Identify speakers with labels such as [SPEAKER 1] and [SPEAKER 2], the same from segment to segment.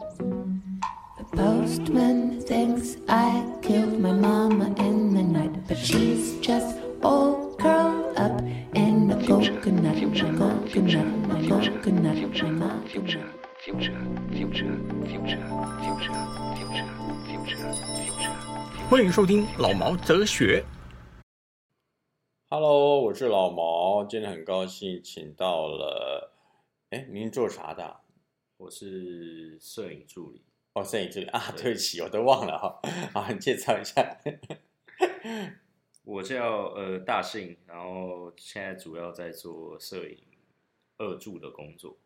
[SPEAKER 1] The postman thinks I killed my mama in the night, but she's just all curled up in a coconut, my coconut, my coconut, my mama.
[SPEAKER 2] future, future, future, future, future, future, future.
[SPEAKER 3] 欢迎收听老毛哲学。
[SPEAKER 4] Hello，我是老毛，今天很高兴请到了，哎，您做啥的啊？
[SPEAKER 5] 我是摄影助理，
[SPEAKER 4] 哦，摄影助理啊，对不起，我都忘了哈、哦。啊，你介绍一下。
[SPEAKER 5] 我叫呃大信，然后现在主要在做摄影二助的工作。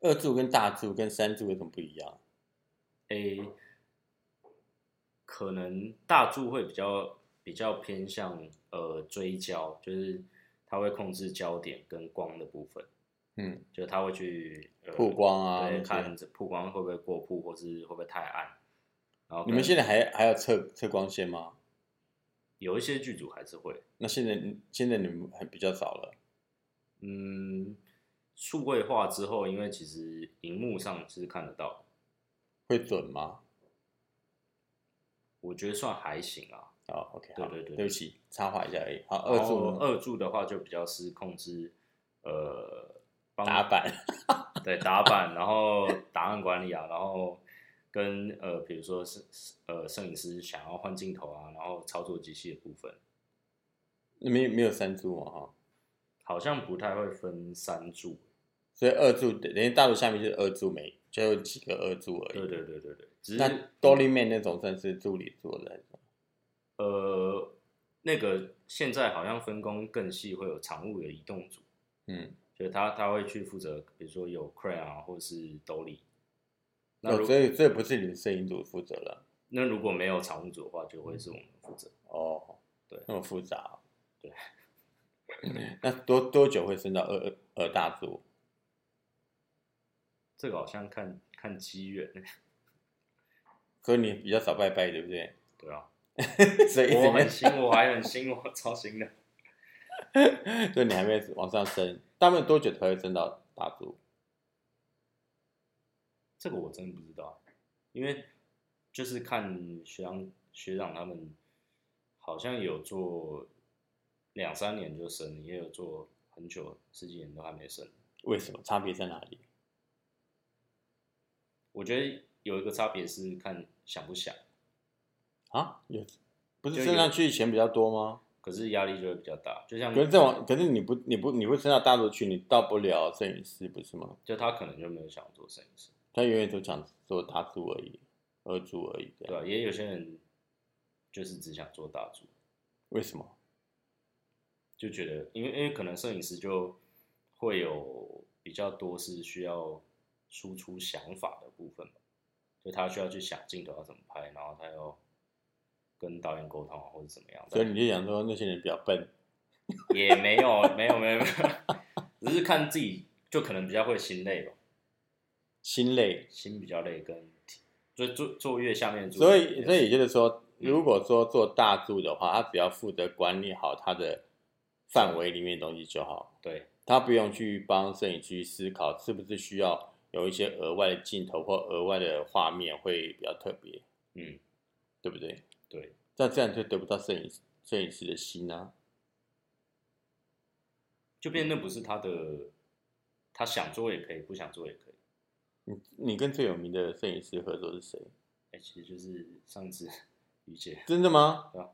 [SPEAKER 4] 二柱跟大柱跟三柱有什么不一样？
[SPEAKER 5] 诶、可能大助会比较比较偏向呃追焦，就是他会控制焦点跟光的部分，
[SPEAKER 4] 嗯，
[SPEAKER 5] 就他会去、呃、
[SPEAKER 4] 曝光啊
[SPEAKER 5] 对
[SPEAKER 4] 那些
[SPEAKER 5] 看这曝光会不会过曝，或是会不会太暗。然后
[SPEAKER 4] 你们
[SPEAKER 5] 跟
[SPEAKER 4] 现在还还要测测光线吗？
[SPEAKER 5] 有一些剧组还是会，
[SPEAKER 4] 那现在现在你们很比较早了，
[SPEAKER 5] 嗯，数位化之后，因为其实荧幕上是看得到，
[SPEAKER 4] 会准吗？
[SPEAKER 5] 我觉得算还行啊。
[SPEAKER 4] 哦，OK，
[SPEAKER 5] 对
[SPEAKER 4] 好
[SPEAKER 5] 对对
[SPEAKER 4] 对不起，插话一下而已。好，
[SPEAKER 5] 二
[SPEAKER 4] 二柱
[SPEAKER 5] 柱
[SPEAKER 4] 呢
[SPEAKER 5] 二柱的话就比较是控制呃帮
[SPEAKER 4] 打板，
[SPEAKER 5] 对打板，然后档案管理啊，然后跟呃比如说是呃摄影师想要换镜头啊，然后操作机器的部分，
[SPEAKER 4] 没有没有三柱嘛哈，
[SPEAKER 5] 好像不太会分三柱。
[SPEAKER 4] 所以二柱连大陆下面就是二柱没，就有几个二柱而已。
[SPEAKER 5] 对对对对对，只
[SPEAKER 4] 那
[SPEAKER 5] 是
[SPEAKER 4] Dolly Man 那种算是助理做的还是什么，
[SPEAKER 5] 呃那个现在好像分工更细，会有常务的移动组。
[SPEAKER 4] 嗯，
[SPEAKER 5] 就是他他会去负责，比如说有 crayon 啊，或是斗笠。那
[SPEAKER 4] 哦，
[SPEAKER 5] 如
[SPEAKER 4] 所以这不是你们摄影组负责了
[SPEAKER 5] 那如果没有常务组的话，就会是我们负责。
[SPEAKER 4] 哦，
[SPEAKER 5] 对
[SPEAKER 4] 那么复杂、哦，
[SPEAKER 5] 对，
[SPEAKER 4] 那多多久会升到二二二大柱？
[SPEAKER 5] 这个好像看看机缘，
[SPEAKER 4] 所以你比较少拜拜，对不 对？
[SPEAKER 5] 对啊，
[SPEAKER 4] 所以一
[SPEAKER 5] 我很
[SPEAKER 4] 直
[SPEAKER 5] 新，我还很新，我超新的。
[SPEAKER 4] 没， 所以你还没往上升，大部分多久才会升到大柱？
[SPEAKER 5] 这个我真的不知道，因为就是看学长学长他们好像有做两三年就升，也有做很久十几年都还没升。
[SPEAKER 4] 为什么差别在哪里？
[SPEAKER 5] 我觉得有一个差别是看想不想，
[SPEAKER 4] 啊，有不
[SPEAKER 5] 就是有
[SPEAKER 4] 升上去钱比较多吗？
[SPEAKER 5] 可是压力就会比较大。就像
[SPEAKER 4] 可是再往，可是你不你不你不升到大陆去，你到不了摄影师，不是吗？
[SPEAKER 5] 就他可能就没有想做摄影师，
[SPEAKER 4] 他永远都想做大柱而已，二柱而已这
[SPEAKER 5] 对
[SPEAKER 4] 样。
[SPEAKER 5] 吧、也有些人就是只想做大主，
[SPEAKER 4] 为什么？
[SPEAKER 5] 就觉得因为因为可能摄影师就会有比较多是需要输出想法的部分吧，就他需要去想镜头要怎么拍，然后他要跟导演沟通啊或者怎么样，
[SPEAKER 4] 所以你就想说那些人比较笨，
[SPEAKER 5] 但也没有没有没有没有，只是看自己就可能比较会心累吧，
[SPEAKER 4] 心累。
[SPEAKER 5] 心比较累跟体就坐坐月下面的坐
[SPEAKER 4] 所
[SPEAKER 5] 月
[SPEAKER 4] 以，所以也就是嗯说，如果说做大柱的话，他只要负责管理好他的范围里面的东西就好，
[SPEAKER 5] 对
[SPEAKER 4] 他不用去帮摄影去思考是不是需要有一些额外的镜头或额外的画面会比较特别，
[SPEAKER 5] 嗯
[SPEAKER 4] 对不对？
[SPEAKER 5] 对，
[SPEAKER 4] 那这样就得不到摄影摄影师的心啊。
[SPEAKER 5] 就变成那不是他的，他想做也可以，不想做也可以。
[SPEAKER 4] 你你跟最有名的摄影师合作是谁？
[SPEAKER 5] 哎、其实就是上次 于姐，
[SPEAKER 4] 真的吗？
[SPEAKER 5] 对啊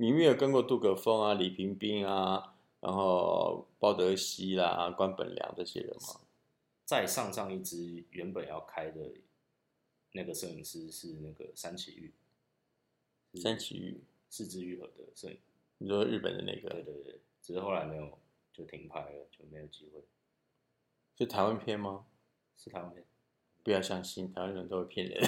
[SPEAKER 4] 你没有跟过杜可风啊、李平冰啊，然后鲍德熙啦、关本良这些人吗？
[SPEAKER 5] 再上上一支原本要开的那个摄影师是那个三崎玉，是
[SPEAKER 4] 三崎玉，
[SPEAKER 5] 四肢愈合的摄影，
[SPEAKER 4] 你说日本的那
[SPEAKER 5] 对
[SPEAKER 4] 个，
[SPEAKER 5] 对对，只是后来没有就停拍了，就没有机会。
[SPEAKER 4] 是台湾片吗？
[SPEAKER 5] 是台湾片，
[SPEAKER 4] 不要相信，台湾人都会骗 人。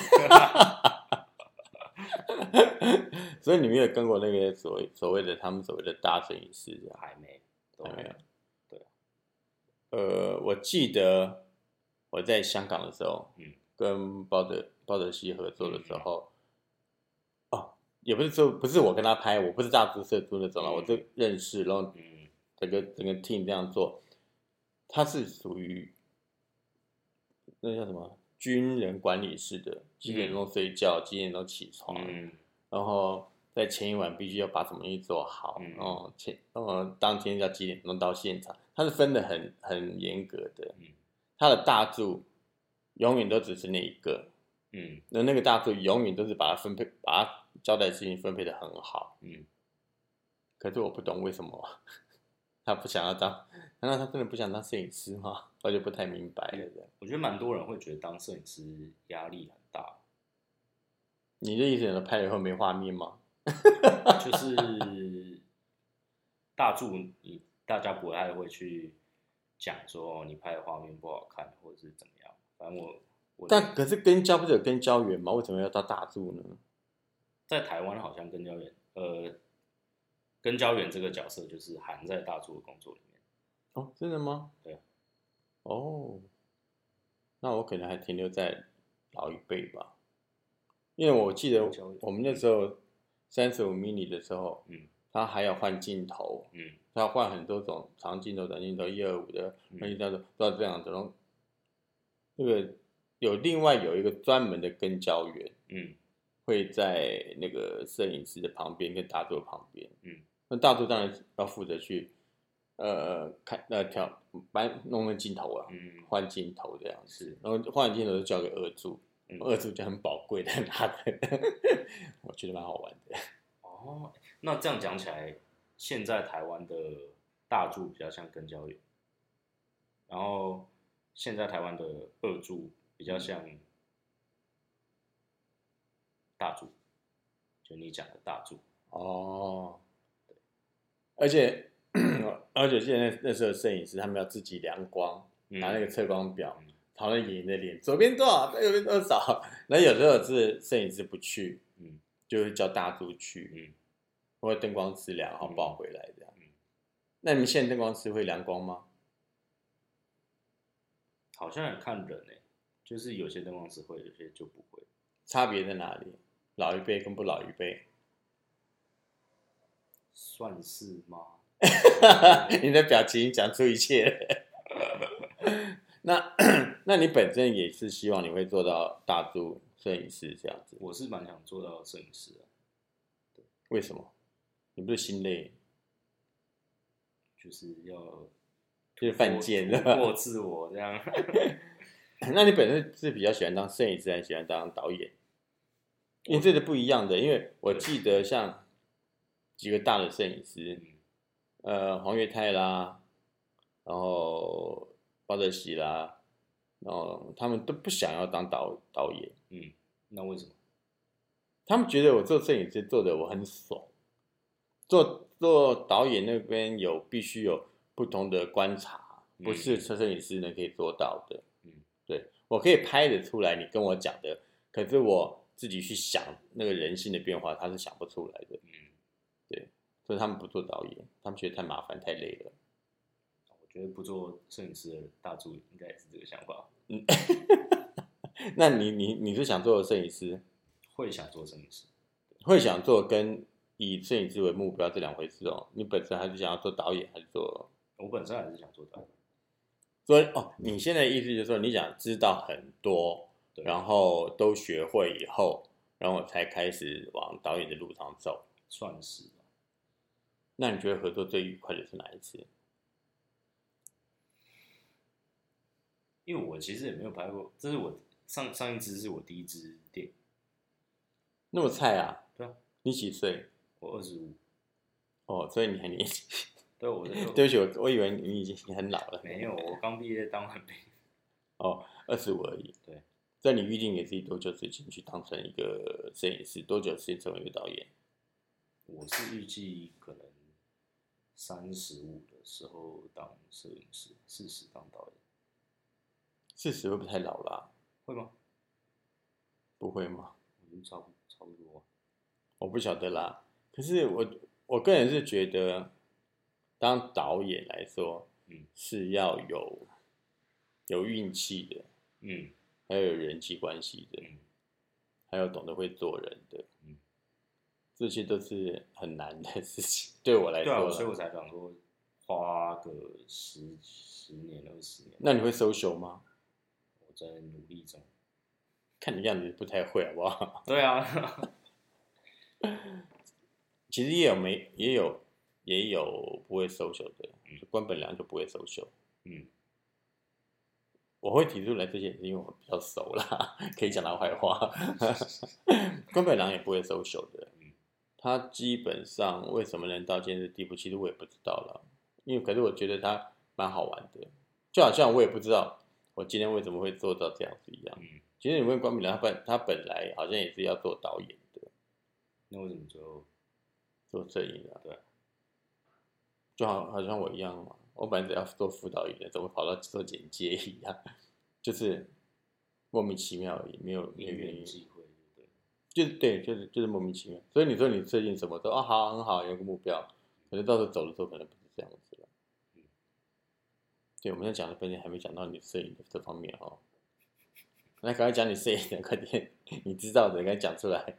[SPEAKER 4] 所以你没有跟过那个所谓所谓的他们所谓的大摄影师这样。
[SPEAKER 5] 还没，都
[SPEAKER 4] 还没有。
[SPEAKER 5] 对啊
[SPEAKER 4] 呃，我记得我在香港的时候，
[SPEAKER 5] 嗯，
[SPEAKER 4] 跟鲍德鲍德西合作的时候，哦，也不是说不是我跟他拍，我不是大资社出那种了，
[SPEAKER 5] 嗯
[SPEAKER 4] 我就认识，然后
[SPEAKER 5] 嗯，
[SPEAKER 4] 整个整个 team 这样做，他是属于那叫什么军人管理式的，几点钟睡觉，几点钟起床，
[SPEAKER 5] 嗯
[SPEAKER 4] 然后在前一晚必须要把什么东西做好，
[SPEAKER 5] 嗯
[SPEAKER 4] 然后前呃当天要几点钟到现场，它是分的很很严格的
[SPEAKER 5] 嗯，
[SPEAKER 4] 它的大柱永远都只是那一个，
[SPEAKER 5] 嗯
[SPEAKER 4] 那那个大柱永远都是把它分配，把它交代的事情分配的很好，
[SPEAKER 5] 嗯，
[SPEAKER 4] 可是我不懂为什么他不想要当，难道他真的不想当摄影师吗？我就不太明白了这样。
[SPEAKER 5] 我觉得蛮多人会觉得当摄影师压力很大，
[SPEAKER 4] 你的意思，人拍了以后没画面吗？
[SPEAKER 5] 就是大柱你大家不太会去讲说哦你拍的画面不好看或者是怎么样，反正我我
[SPEAKER 4] 但可是跟焦不是有跟焦远吗？为什么要到大柱呢？
[SPEAKER 5] 在台湾好像跟焦远呃跟焦远这个角色就是含在大柱的工作里面，
[SPEAKER 4] 哦，真的吗？
[SPEAKER 5] 对啊。
[SPEAKER 4] 哦，那我可能还停留在老一辈吧，因为我记得
[SPEAKER 5] 交流
[SPEAKER 4] 我们那时候三十五 mini 的时候，
[SPEAKER 5] 嗯，
[SPEAKER 4] 它还要换镜头，
[SPEAKER 5] 嗯
[SPEAKER 4] 它要换很多种长镜头、短镜头、一二五的，
[SPEAKER 5] 嗯
[SPEAKER 4] 那就叫做都要这样子。然后那个有另外有一个专门的跟焦员，
[SPEAKER 5] 嗯
[SPEAKER 4] 会在那个摄影师的旁边跟大柱旁边，
[SPEAKER 5] 嗯，
[SPEAKER 4] 那大柱当然要负责去，呃，看呃调搬弄那镜头啊，
[SPEAKER 5] 嗯
[SPEAKER 4] 换镜头这样子
[SPEAKER 5] 是，
[SPEAKER 4] 然后换完镜头就交给二柱，
[SPEAKER 5] 嗯
[SPEAKER 4] 二柱就很宝贵的拿着， 我觉得蛮好玩的。
[SPEAKER 5] 哦，那这样讲起来，现在台湾的大柱比较像跟焦员，然后现在台湾的二柱比较像大柱，就你讲的大柱，
[SPEAKER 4] 哦，而且 而且现在那时候摄影师他们要自己量光，拿那个测光表
[SPEAKER 5] 嗯，
[SPEAKER 4] 讨论演员的脸，左边多少，右边多少。那有时候是摄影师不去，
[SPEAKER 5] 嗯，
[SPEAKER 4] 就会叫大猪去，
[SPEAKER 5] 嗯，
[SPEAKER 4] 或者灯光师量，然后抱回来这样。
[SPEAKER 5] 嗯
[SPEAKER 4] 那你们现在灯光师会量光吗？
[SPEAKER 5] 好像也看人诶、就是有些灯光师会，有些就不会。
[SPEAKER 4] 差别在哪里？老一辈跟不老一辈，
[SPEAKER 5] 算是吗？ 嗯
[SPEAKER 4] 你的表情讲出一切 了。那 那你本身也是希望你会做到大猪摄影师这样子，
[SPEAKER 5] 我是蛮想做到摄影师的，
[SPEAKER 4] 为什么？你不是心累，
[SPEAKER 5] 就是要
[SPEAKER 4] 就是犯贱
[SPEAKER 5] 突
[SPEAKER 4] 是
[SPEAKER 5] 破
[SPEAKER 4] 吧
[SPEAKER 5] 突？破自我这样。
[SPEAKER 4] 那你本身是比较喜欢当摄影师，还是喜欢当导演？因为这是不一样的。因为我记得像几个大的摄影师，
[SPEAKER 5] 嗯
[SPEAKER 4] 呃，黄岳泰啦，然后包德喜啦，然后他们都不想要当导导演，
[SPEAKER 5] 嗯，那为什么？
[SPEAKER 4] 他们觉得我做摄影师做的我很爽，做做导演那边有必须有不同的观察，
[SPEAKER 5] 嗯
[SPEAKER 4] 不是摄影师能可以做到的。
[SPEAKER 5] 嗯，
[SPEAKER 4] 对我可以拍得出来你跟我讲的，可是我自己去想那个人性的变化，他是想不出来的。
[SPEAKER 5] 嗯，
[SPEAKER 4] 所以他们不做导演，他们觉得太麻烦太累了。
[SPEAKER 5] 我觉得不做摄影师的大助理应该也是这个想法，
[SPEAKER 4] 那你你你是想做摄影师，
[SPEAKER 5] 会想做摄影师。
[SPEAKER 4] 会想做跟以摄影师为目标这两回事哦。你本身还是想要做导演，还是做
[SPEAKER 5] 我本身还是想做导演，
[SPEAKER 4] 所以哦，你现在的意思就是说，你想知道很多，
[SPEAKER 5] 对
[SPEAKER 4] 然后都学会以后，然后才开始往导演的路上走。
[SPEAKER 5] 算是吧。
[SPEAKER 4] 那你觉得合作最愉快的是哪一次？
[SPEAKER 5] 因为我其实也没有拍过，这是我上上一支是我第一支电影，
[SPEAKER 4] 那么菜啊？
[SPEAKER 5] 对啊，
[SPEAKER 4] 你几岁？
[SPEAKER 5] 我二十五，
[SPEAKER 4] 哦，所以你很年轻。
[SPEAKER 5] 对我的
[SPEAKER 4] 对不起，我我以为你已经你很老了，
[SPEAKER 5] 没有，我刚毕业当完兵，
[SPEAKER 4] 哦，二十五而已。
[SPEAKER 5] 对，
[SPEAKER 4] 在你预定给自己多久之前去当成一个摄影师？多久时间成为一个导演？
[SPEAKER 5] 我是预计可能三十五的时候当摄影师，四十当导演，
[SPEAKER 4] 四十会不会太老了啊、
[SPEAKER 5] 会吗？
[SPEAKER 4] 不会吗？
[SPEAKER 5] 我觉得差不差不多啊，
[SPEAKER 4] 我不晓得啦。可是我我个人是觉得，当导演来说，
[SPEAKER 5] 嗯
[SPEAKER 4] 是要有有运气的，
[SPEAKER 5] 嗯
[SPEAKER 4] 还有人际关系的，
[SPEAKER 5] 嗯
[SPEAKER 4] 还有懂得会做人的，
[SPEAKER 5] 嗯
[SPEAKER 4] 这些都是很难的事情， 对我来
[SPEAKER 5] 对啊，
[SPEAKER 4] 说
[SPEAKER 5] 所以
[SPEAKER 4] 啦。
[SPEAKER 5] 我才想说花个十十年二十年，
[SPEAKER 4] 那你会 social 吗？
[SPEAKER 5] 我在努力中。
[SPEAKER 4] 看你样子不太会，好不好？
[SPEAKER 5] 对啊，
[SPEAKER 4] 其实也有没也有也有不会 social 的，关本良就不会 social。
[SPEAKER 5] 嗯，
[SPEAKER 4] 我会提出来这些，是因为我比较熟啦，可以讲他坏 话。关本良也不会 social 的
[SPEAKER 5] 嗯，
[SPEAKER 4] 他基本上为什么能到今天的地步，其实我也不知道了。因为可是我觉得他蛮好玩的，就好像我也不知道我今天为什么会做到这样子一样。
[SPEAKER 5] 嗯，
[SPEAKER 4] 其实你问关本良，他本他本来好像也是要做导演的，
[SPEAKER 5] 那为什么最后
[SPEAKER 4] 做摄影啊，
[SPEAKER 5] 对，
[SPEAKER 4] 就好好像我一样嘛，我本来只要做辅导员的，怎么跑到做剪接一样， 就是莫名其妙而已，没有没
[SPEAKER 5] 因
[SPEAKER 4] 有原
[SPEAKER 5] 缘
[SPEAKER 4] 因，
[SPEAKER 5] 际会，对不对？
[SPEAKER 4] 就是对，就是就是莫名其妙。所以你说你设定什么都啊好很好，有个目标，可是到时候走的时候可能不是这样子了。对，我们在讲了半天还没讲到你摄影的这方面哦，那赶快讲你摄影的，快点，你知道的赶快讲出来。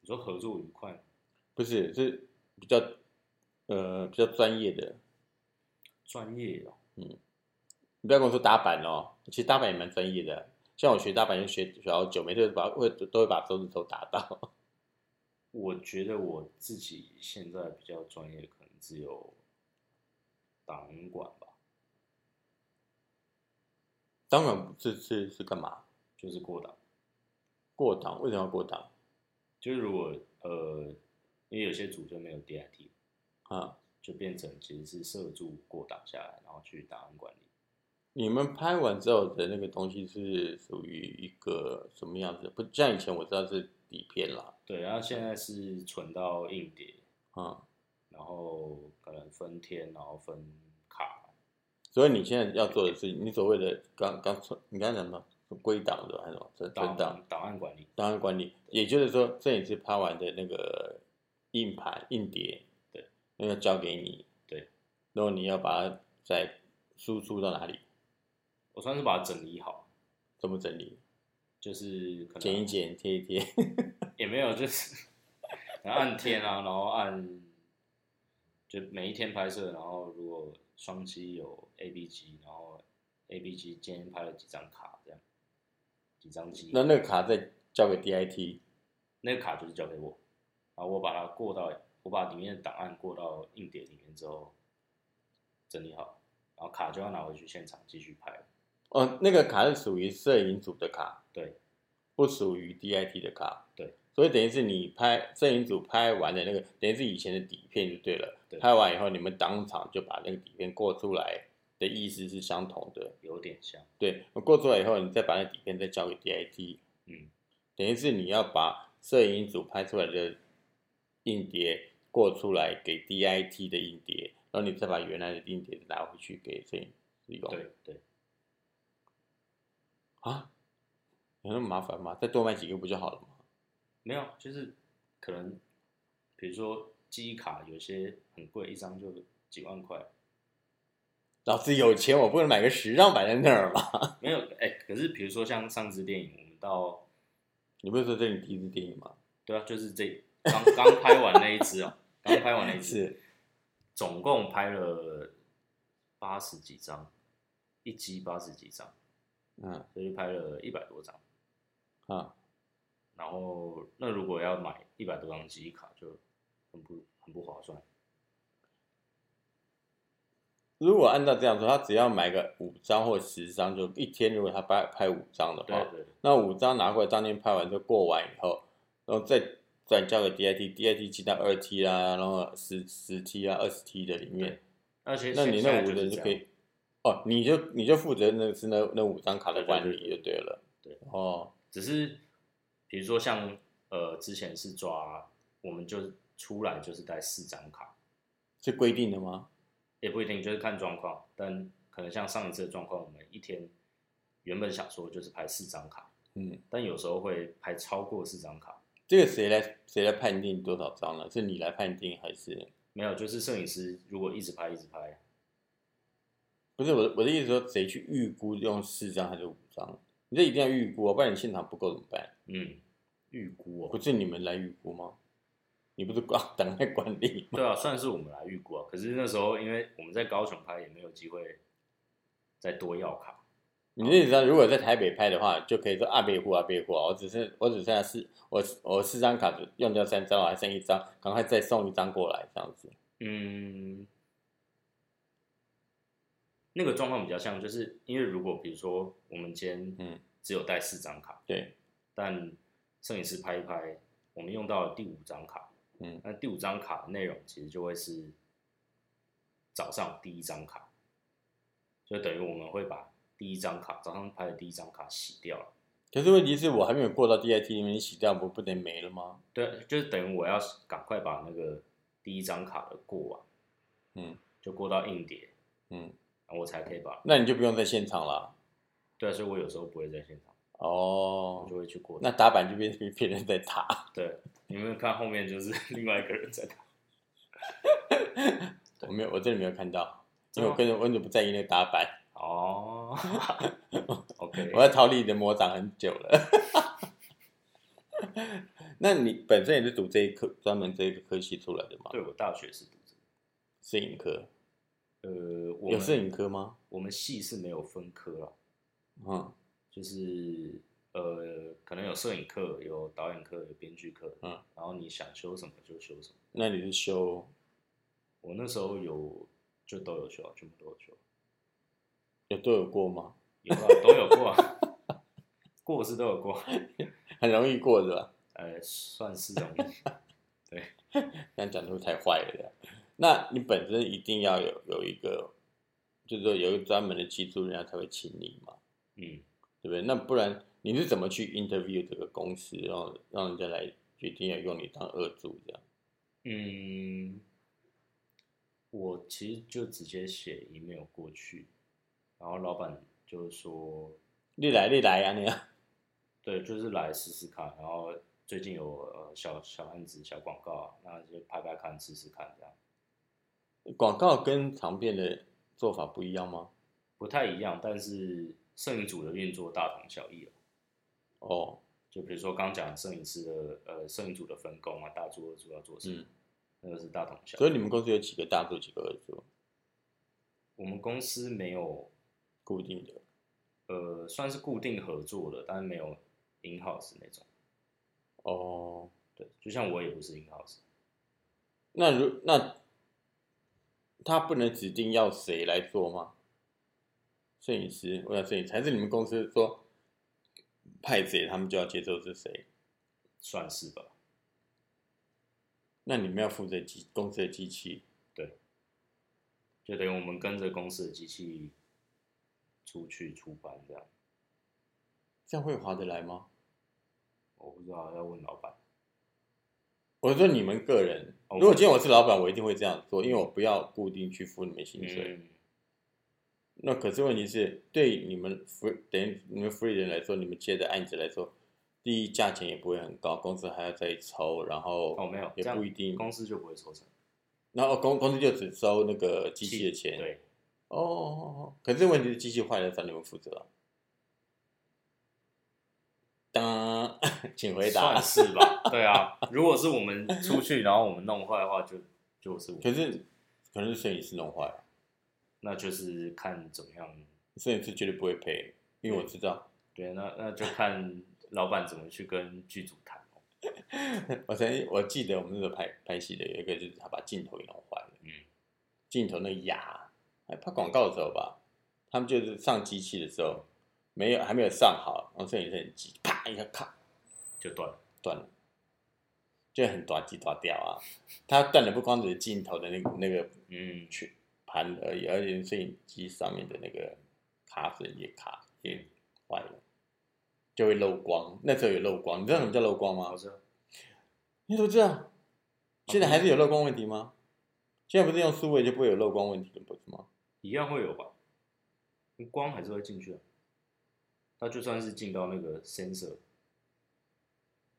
[SPEAKER 5] 你说合作愉快，
[SPEAKER 4] 不是，是比较呃比较专业的。
[SPEAKER 5] 专业哦，
[SPEAKER 4] 你不要跟我说打板哦，其实打板也蛮专业的。像我学打板就学学好久，每次都把会都会把手指头打到。
[SPEAKER 5] 我觉得我自己现在比较专业，可能只有档管吧，
[SPEAKER 4] 当然是是是干嘛？
[SPEAKER 5] 就是过档。
[SPEAKER 4] 过档？为什么要过档
[SPEAKER 5] 就是如果呃，因为有些组就没有 DIT，
[SPEAKER 4] 啊？
[SPEAKER 5] 就变成其实是社助过档下来，然后去档案管理。
[SPEAKER 4] 你们拍完之后的那个东西是属于一个什么样子？不像以前我知道是底片啦，
[SPEAKER 5] 对，然后现在是存到硬碟，
[SPEAKER 4] 啊，
[SPEAKER 5] 然后可能分天，然后分卡，
[SPEAKER 4] 所以你现在要做的是你所谓的刚刚说你刚才讲到归档的还是什么？存存
[SPEAKER 5] 档
[SPEAKER 4] 档？
[SPEAKER 5] 档案管理。
[SPEAKER 4] 档案管理，也就是说，摄影师拍完的那个硬盘、硬碟，
[SPEAKER 5] 对，
[SPEAKER 4] 那个交给你，
[SPEAKER 5] 对，
[SPEAKER 4] 然后你要把它再输出到哪里，
[SPEAKER 5] 我算是把它整理好，
[SPEAKER 4] 怎么整理，
[SPEAKER 5] 就是可能
[SPEAKER 4] 剪一剪，贴一贴，
[SPEAKER 5] 也没有，就是 然后按天啊，然后按就每一天拍摄，然后如果双击有 A B 机，然后 A B 机今天拍了几张卡这样，几张机，
[SPEAKER 4] 那那个卡再交给 DIT，
[SPEAKER 5] 那个卡就是交给我，然后我把它过到我把里面的档案过到硬碟里面之后整理好，然后卡就要拿回去现场继续拍，
[SPEAKER 4] 哦，那个卡是属于摄影组的卡，
[SPEAKER 5] 对，
[SPEAKER 4] 不属于 DIT 的卡，
[SPEAKER 5] 对，
[SPEAKER 4] 所以等于是你拍摄影组拍完的那个，等于是以前的底片就对了，
[SPEAKER 5] 对
[SPEAKER 4] 拍完以后你们当场就把那个底片过出来的意思是相同的，
[SPEAKER 5] 有点像，
[SPEAKER 4] 对，过出来以后，你再把那底片再交给 DIT，
[SPEAKER 5] 嗯，
[SPEAKER 4] 等于是你要把摄影组拍出来的硬碟过出来给 DIT 的硬碟，然后你再把原来的硬碟拿回去给摄影师用。
[SPEAKER 5] 对对，
[SPEAKER 4] 啊，有那么麻烦吗？再多买几个不就好了吗？
[SPEAKER 5] 没有，就是可能比如说记忆卡有些很贵，一张就几万块。
[SPEAKER 4] 老子有钱，我不能买个十张摆在那儿吗？
[SPEAKER 5] 没有，哎、可是比如说像上次电影，我们到
[SPEAKER 4] 你不是说这是你第一支电影吗？
[SPEAKER 5] 对啊，就是这刚刚拍完那一支啊，刚拍完那一支，
[SPEAKER 4] 是
[SPEAKER 5] 总共拍了八十几张，一集八十几张，
[SPEAKER 4] 嗯
[SPEAKER 5] 所以就拍了一百多张。
[SPEAKER 4] 啊，
[SPEAKER 5] 然后那如果要买一百多张记忆卡，就很不很不划算。
[SPEAKER 4] 如果按照这样说，他只要买个五张或十张，就一天。如果他拍拍五张的
[SPEAKER 5] 对
[SPEAKER 4] 话，
[SPEAKER 5] 对对
[SPEAKER 4] 那五张拿过来，当天拍完就过完以后，然后再转交给 DIT，DIT 进到二 T 啦，然后十十 T 啊、二十 T 的里面，
[SPEAKER 5] 而且
[SPEAKER 4] 那你
[SPEAKER 5] 现
[SPEAKER 4] 那
[SPEAKER 5] 在
[SPEAKER 4] 五
[SPEAKER 5] 就
[SPEAKER 4] 人
[SPEAKER 5] 是这
[SPEAKER 4] 可
[SPEAKER 5] 样
[SPEAKER 4] 以，哦，你就你就负责那是那那五张卡的管理就对了，
[SPEAKER 5] 对对
[SPEAKER 4] 哦，
[SPEAKER 5] 只是比如说像呃之前是抓，我们就出来就是带四张卡，
[SPEAKER 4] 是规定的吗？
[SPEAKER 5] 也不一定，就是看状况。但可能像上一次的状况，我们一天原本想说就是拍四张卡，
[SPEAKER 4] 嗯，
[SPEAKER 5] 但有时候会拍超过四张卡。
[SPEAKER 4] 这个谁来谁来判定多少张呢？是你来判定还是？
[SPEAKER 5] 没有，就是摄影师如果一直拍一直拍，
[SPEAKER 4] 不是我的我的意思说，谁去啊预估用四张还是五张？你这一定要预估、哦，不然你现场不够怎么办？
[SPEAKER 5] 嗯，预估
[SPEAKER 4] 不
[SPEAKER 5] 哦，
[SPEAKER 4] 是你们来预估吗？你不是管 档案管理吗？
[SPEAKER 5] 对啊，算是我们来预估啊。可是那时候因为我们在高雄拍，也没有机会再多要卡，
[SPEAKER 4] 你的意思是，如果在台北拍的话，就可以说阿北户阿北户啊，我只是我只剩下四，我我四张卡用掉三张，我还剩一张，赶快再送一张过来，这样子。
[SPEAKER 5] 嗯，那个状况比较像，就是因为如果比如说我们今
[SPEAKER 4] 嗯
[SPEAKER 5] 天只有带四张卡，
[SPEAKER 4] 对，
[SPEAKER 5] 但摄影师拍一拍，我们用到了第五张卡，
[SPEAKER 4] 嗯
[SPEAKER 5] 那第五张卡的内容其实就会是早上第一张卡，就等于我们会把第一张卡早上拍的第一张卡洗掉了，
[SPEAKER 4] 可是问题是我还没有过到 DIT 里面，你洗掉不不得没了吗？
[SPEAKER 5] 对，就是等于我要赶快把那个第一张卡的过完，
[SPEAKER 4] 嗯
[SPEAKER 5] 就过到硬碟，
[SPEAKER 4] 嗯，
[SPEAKER 5] 然后我才可以把，
[SPEAKER 4] 那你就不用在现场啦。
[SPEAKER 5] 对啊，所以我有时候不会在现场，我
[SPEAKER 4] 哦
[SPEAKER 5] 就，会去过。
[SPEAKER 4] 那打板就变成 别人在打，
[SPEAKER 5] 对，你们看后面就是 另外一个人在打，
[SPEAKER 4] 我没有，我真的没有看到，因
[SPEAKER 5] 真
[SPEAKER 4] 为
[SPEAKER 5] 的
[SPEAKER 4] 我
[SPEAKER 5] 吗
[SPEAKER 4] 跟着我一直不在意那个打板，
[SPEAKER 5] 哦 ，OK，
[SPEAKER 4] 我要逃离你的魔掌很久了。 那你本身也是读这一科，专门这一个科系出来的吗？
[SPEAKER 5] 对我大学是读这个。
[SPEAKER 4] 摄影科
[SPEAKER 5] 呃，我
[SPEAKER 4] 有
[SPEAKER 5] 们
[SPEAKER 4] 摄影科吗？
[SPEAKER 5] 我们系是没有分科了，
[SPEAKER 4] 嗯
[SPEAKER 5] 就是呃，可能有摄影课，有导演课，有编剧课，
[SPEAKER 4] 嗯，
[SPEAKER 5] 然后你想修什么就修什么。
[SPEAKER 4] 那你是修
[SPEAKER 5] 我那时候有就都有修啊，全部都有修，
[SPEAKER 4] 有都有过吗？
[SPEAKER 5] 有啊，都有过啊，过是都有过，
[SPEAKER 4] 很容易过是吧？
[SPEAKER 5] 呃，算是容易。
[SPEAKER 4] 这样讲的会太坏了呀。那你本身一定要有有一个，就是说有一个专门的技术，人家才会请你嘛，
[SPEAKER 5] 嗯，
[SPEAKER 4] 对不对？那不然你是怎么去 interview 这个公司，让让人家来决定要用你当二助这样？
[SPEAKER 5] 嗯，我其实就直接写 email 过去，然后老板就说，
[SPEAKER 4] 你来你来啊你啊，
[SPEAKER 5] 对，就是来试试看，然后最近有呃小小案子、小广告啊，那就拍拍看、试试看这样，
[SPEAKER 4] 广告跟长片的做法不一样吗？
[SPEAKER 5] 不太一样，但是摄影组的运作大同小异了。
[SPEAKER 4] 哦，
[SPEAKER 5] 就比如说刚讲摄影师的呃摄影组的分工啊，大组、二组要做什么，
[SPEAKER 4] 嗯
[SPEAKER 5] 那个是大同小
[SPEAKER 4] 所以
[SPEAKER 5] 异。
[SPEAKER 4] 你们公司有几个大助，几个二助，
[SPEAKER 5] 我们公司没有
[SPEAKER 4] 固定的。
[SPEAKER 5] 呃算是固定合作的，但是没有 in house 那种。
[SPEAKER 4] 哦，
[SPEAKER 5] 对，就像我也不是 in house，
[SPEAKER 4] 那如那他不能指定要谁来做吗？摄影师，我想摄影师还是你们公司说派谁，他们就要接受是谁？
[SPEAKER 5] 算是吧。
[SPEAKER 4] 那你们要负责机公司的机器，
[SPEAKER 5] 就等于我们跟着公司的机器出去出班这样。
[SPEAKER 4] 这样会划得来吗？
[SPEAKER 5] 我不知道要问老板。
[SPEAKER 4] 我说你们个人，
[SPEAKER 5] 哦
[SPEAKER 4] 如果今天我是老板，我一定会这样做，因为我不要固定去付你们薪水。
[SPEAKER 5] 嗯，
[SPEAKER 4] 那可是问题是，对你们 free 等于你们 free 人来说，你们接的案子来说，第一价钱也不会很高，公司还要再抽，然后
[SPEAKER 5] 哦，没有，
[SPEAKER 4] 也
[SPEAKER 5] 这样
[SPEAKER 4] 不一定
[SPEAKER 5] 公司就不会抽成。
[SPEAKER 4] 然后公公司就只收那个机器的钱。
[SPEAKER 5] 对，
[SPEAKER 4] 哦。哦哦哦，可是问题是机器坏了找你们负责啊。当， 请回答
[SPEAKER 5] 算。 是吧。对啊，如果是我们出去，然后我们弄坏的话，就就是我，
[SPEAKER 4] 可是可能是摄影师弄坏了，
[SPEAKER 5] 那就是看怎么样。
[SPEAKER 4] 摄影师绝对不会赔，因为我知道，
[SPEAKER 5] 对，那那就看老板怎么去跟剧组谈哦。
[SPEAKER 4] 我曾经我记得我们那时候拍拍戏的有一个就是他把镜头给弄坏了，
[SPEAKER 5] 嗯，
[SPEAKER 4] 镜头那个牙，还拍广告的时候吧，他们就是上机器的时候没有还没有上好，然后摄影师很急，啪一下咔
[SPEAKER 5] 就断了。
[SPEAKER 4] 断了，就很短几短掉啊。它断的不光只是镜头的那个那个
[SPEAKER 5] 嗯，
[SPEAKER 4] 去盘而已，而且摄影机上面的那个卡榫也卡也坏了，就会漏光。那时候有漏光，你知道什么叫漏光
[SPEAKER 5] 好
[SPEAKER 4] 吗？
[SPEAKER 5] 这
[SPEAKER 4] 你怎么知道？现在还是有漏光问题吗？现在不是用数位就不会有漏光问题了，不是吗？
[SPEAKER 5] 一样会有吧？光还是会进去啊。它就算是进到那个 sensor，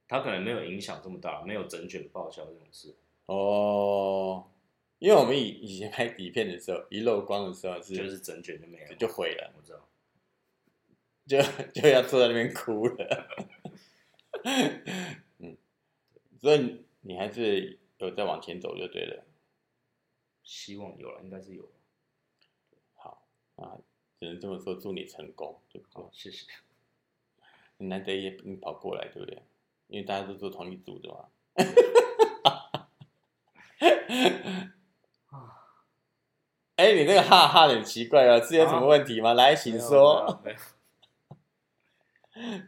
[SPEAKER 5] 它可能没有影响这么大，没有整卷报销这种事。
[SPEAKER 4] 哦，因为我们以以前拍底片的时候，一漏光的时候是
[SPEAKER 5] 就是整卷就没了，
[SPEAKER 4] 就毁了。
[SPEAKER 5] 我知道，
[SPEAKER 4] 就就要坐在那边哭了。嗯所以你还是有在往前走就对了。
[SPEAKER 5] 希望有了，应该是有了。
[SPEAKER 4] 好啊，只能这么说，祝你成功，对不对
[SPEAKER 5] 好，？谢谢。
[SPEAKER 4] 你难得也你跑过来，对不对？因为大家都做同一组的嘛。
[SPEAKER 5] 啊
[SPEAKER 4] 哎、你那个哈哈很奇怪哦，是有什么问题吗？来，请说。
[SPEAKER 5] 啊没有。没有没有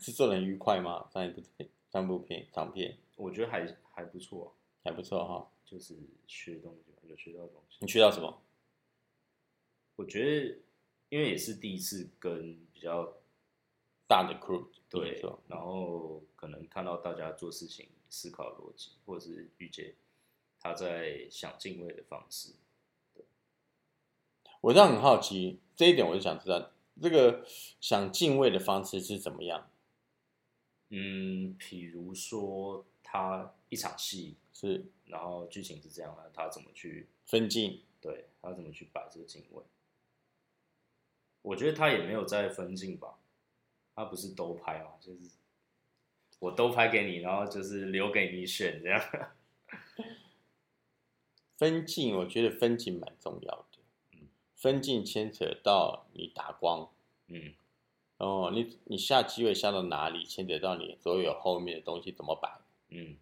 [SPEAKER 4] 是做的很愉快吗？上一部片，上部片，长片
[SPEAKER 5] 我觉得还还不错、啊，
[SPEAKER 4] 还不错哈、
[SPEAKER 5] 就是学东西吧，有学到东西。
[SPEAKER 4] 你学到什么？
[SPEAKER 5] 我觉得，因为也是第一次跟比较
[SPEAKER 4] 大的 crew
[SPEAKER 5] 对
[SPEAKER 4] 说，
[SPEAKER 5] 然后可能看到大家做事情思考逻辑，或者是玉姐她在想敬畏的方式。
[SPEAKER 4] 我倒很好奇这一点，我就想知道这个想敬畏的方式是怎么样？
[SPEAKER 5] 嗯，比如说她一场戏，
[SPEAKER 4] 是
[SPEAKER 5] 然后剧情是这样，那她怎么去
[SPEAKER 4] 分镜
[SPEAKER 5] 对他怎么去摆这个敬位？我觉得他也没有在分镜吧，他不是都拍嘛，就是我都拍给你，然后就是留给你选这样。
[SPEAKER 4] 分镜，我觉得分镜蛮重要的
[SPEAKER 5] 嗯。
[SPEAKER 4] 分镜牵扯到你打光，
[SPEAKER 5] 嗯
[SPEAKER 4] 然后你你下机位下到哪里，牵扯到你所有后面的东西怎么摆。
[SPEAKER 5] 嗯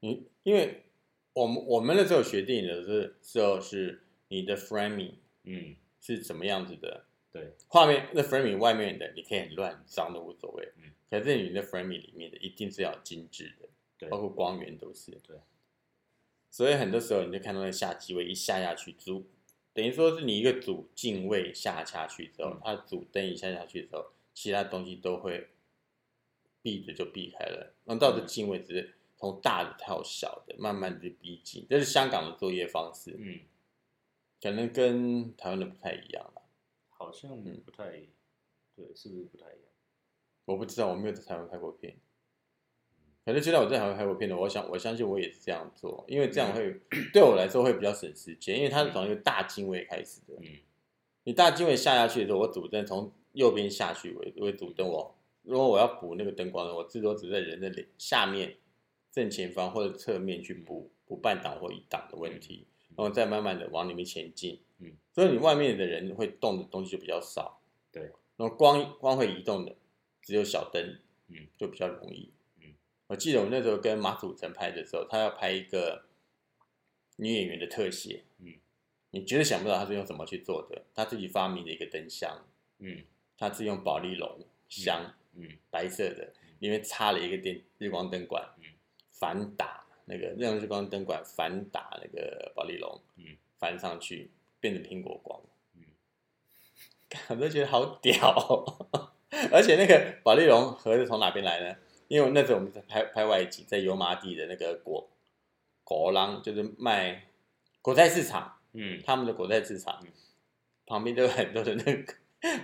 [SPEAKER 4] 你因为我们我们那时候学电影的时时候是你的 framing
[SPEAKER 5] 嗯，
[SPEAKER 4] 是怎么样子的，
[SPEAKER 5] 对，
[SPEAKER 4] 画面那 framing 外面的你可以很乱脏都无所谓，
[SPEAKER 5] 嗯
[SPEAKER 4] 可是你的 framing 里面的一定是要有精致的，
[SPEAKER 5] 对
[SPEAKER 4] 包括光源都是，
[SPEAKER 5] 对。
[SPEAKER 4] 所以很多时候你就看到那下机位一下下去，主等于说是你一个主进位下下去之后
[SPEAKER 5] 嗯，
[SPEAKER 4] 它主灯一下下去之后，其他东西都会避着就避开了。那到的
[SPEAKER 5] 嗯
[SPEAKER 4] 进位只是从大的跳小的，慢慢的逼近，这是香港的作业方式，
[SPEAKER 5] 嗯，
[SPEAKER 4] 可能跟台湾的不太一样啦。
[SPEAKER 5] 好像
[SPEAKER 4] 嗯
[SPEAKER 5] 不太，对，是不是不太一样？
[SPEAKER 4] 我不知道，我没有在台湾拍过片。可是，就算我在台湾拍过片的，我想我相信我也是这样做，因为这样会、 对我来说会比较省时间，因为它是从一个大经位开始的。
[SPEAKER 5] 嗯
[SPEAKER 4] 你大经位下下去的时候，我主灯从右边下去为为主灯我，如果我要补那个灯光的，我至多只在人的脸下面、正前方或者侧面去补补半档或一档的问题，
[SPEAKER 5] 嗯
[SPEAKER 4] 然后再慢慢的往里面前进。
[SPEAKER 5] 嗯，
[SPEAKER 4] 所以你外面的人会动的东西就比较少。
[SPEAKER 5] 对，
[SPEAKER 4] 然后光光会移动的只有小灯，
[SPEAKER 5] 嗯，
[SPEAKER 4] 就比较容易。
[SPEAKER 5] 嗯，
[SPEAKER 4] 我记得我那时候跟马祖成拍的时候，他要拍一个女演员的特写，
[SPEAKER 5] 嗯，
[SPEAKER 4] 你绝对想不到他是用什么去做的，他自己发明的一个灯箱，
[SPEAKER 5] 嗯
[SPEAKER 4] 他是用保利龙箱。
[SPEAKER 5] 嗯
[SPEAKER 4] 白色的，里面插了一个电日光灯管，
[SPEAKER 5] 嗯
[SPEAKER 4] 反打那个用日光灯管反打那个保丽龙，
[SPEAKER 5] 嗯
[SPEAKER 4] 翻上去变成苹果光，
[SPEAKER 5] 嗯
[SPEAKER 4] 我都觉得好屌哦、 而且那个保丽龙盒是从哪边来呢？因为我那时候我们在拍拍外景，在油麻地的那个果果廊，就是卖果菜市场，
[SPEAKER 5] 嗯，
[SPEAKER 4] 他们的果菜市场、
[SPEAKER 5] 嗯
[SPEAKER 4] 旁边都有很多的那 个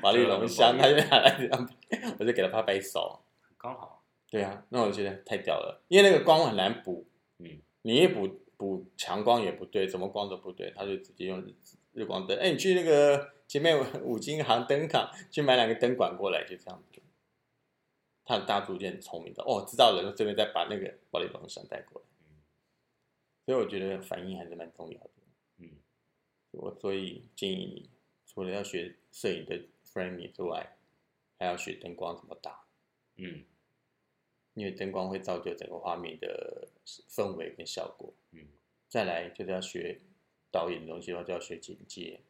[SPEAKER 4] 保丽龙
[SPEAKER 5] 对
[SPEAKER 4] 箱，
[SPEAKER 5] 保
[SPEAKER 4] 他
[SPEAKER 5] 丽
[SPEAKER 4] 就拿来这样拍，我就给他拍拍手。
[SPEAKER 5] 刚好，
[SPEAKER 4] 对啊，那我觉得太屌了，因为那个光很难补，
[SPEAKER 5] 嗯
[SPEAKER 4] 你一补补强光也不对，怎么光都不对，他就直接用日日光灯。哎，你去那个前面五金行灯厂去买两个灯管过来，就这样子。他的大主就很聪明的，哦，知道了，这边再把那个保利龙箱带过来。
[SPEAKER 5] 嗯
[SPEAKER 4] 所以我觉得反应还是蛮重要的。
[SPEAKER 5] 嗯
[SPEAKER 4] 我所以建议你，除了要学摄影的 framing 之外，还要学灯光怎么打。
[SPEAKER 5] 嗯
[SPEAKER 4] 因为灯光会造就整个画面的氛围跟效果。
[SPEAKER 5] 嗯
[SPEAKER 4] 再来就是要学导演的东西，然后就要学剪接，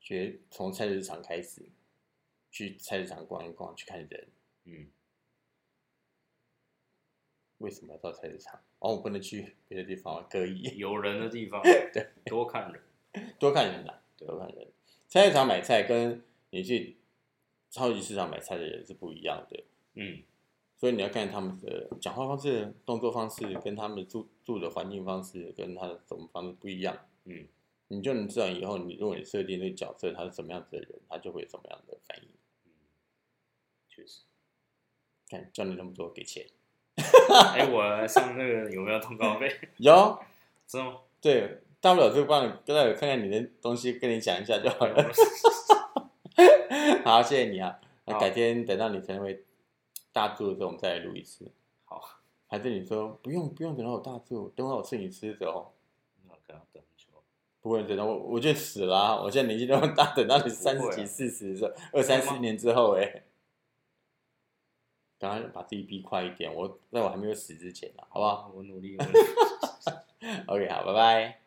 [SPEAKER 4] 学从菜市场开始，去菜市场逛一逛，去看人。
[SPEAKER 5] 嗯
[SPEAKER 4] 为什么要到菜市场？哦，我不能去别的地方啊可以
[SPEAKER 5] 有人的地 方多看人，
[SPEAKER 4] 多看人啦，
[SPEAKER 5] 对
[SPEAKER 4] 多看人。菜市场买菜跟你去超级市场买菜的人是不一样的。
[SPEAKER 5] 嗯
[SPEAKER 4] 所以你要看他们的讲话方式、动作方式，跟他们住住的环境方式，跟他的什么方式不一样，
[SPEAKER 5] 嗯
[SPEAKER 4] 你就能知道以后你如果你设定这个角色他是什么样子的人，他就会有什么样的反应。
[SPEAKER 5] 嗯，确实。
[SPEAKER 4] 看赚了那么多，给钱
[SPEAKER 5] 哎、我来上那个有没有通告 费？
[SPEAKER 4] 有
[SPEAKER 5] 是吗？
[SPEAKER 4] 对，大不了就帮你跟他看看你的东西，跟你讲一下就好
[SPEAKER 5] 哎
[SPEAKER 4] 了。 好，谢谢你啊，那
[SPEAKER 5] 好
[SPEAKER 4] 改天等到你成为大柱的时候，我们再来录一次。
[SPEAKER 5] 好，
[SPEAKER 4] 还是你说不用不用等到我大肚，等会我吃你吃的哦，
[SPEAKER 5] 那可能要等很久。
[SPEAKER 4] 不会等到我我就死了啊、我现在年纪那么大，等到你三十几、四十的时候，二三十年之后、欸，哎，赶快把自己逼快一点，我在我还没有死之前啊，好不好
[SPEAKER 5] 我努力，我努力。
[SPEAKER 4] ？OK，好，拜拜。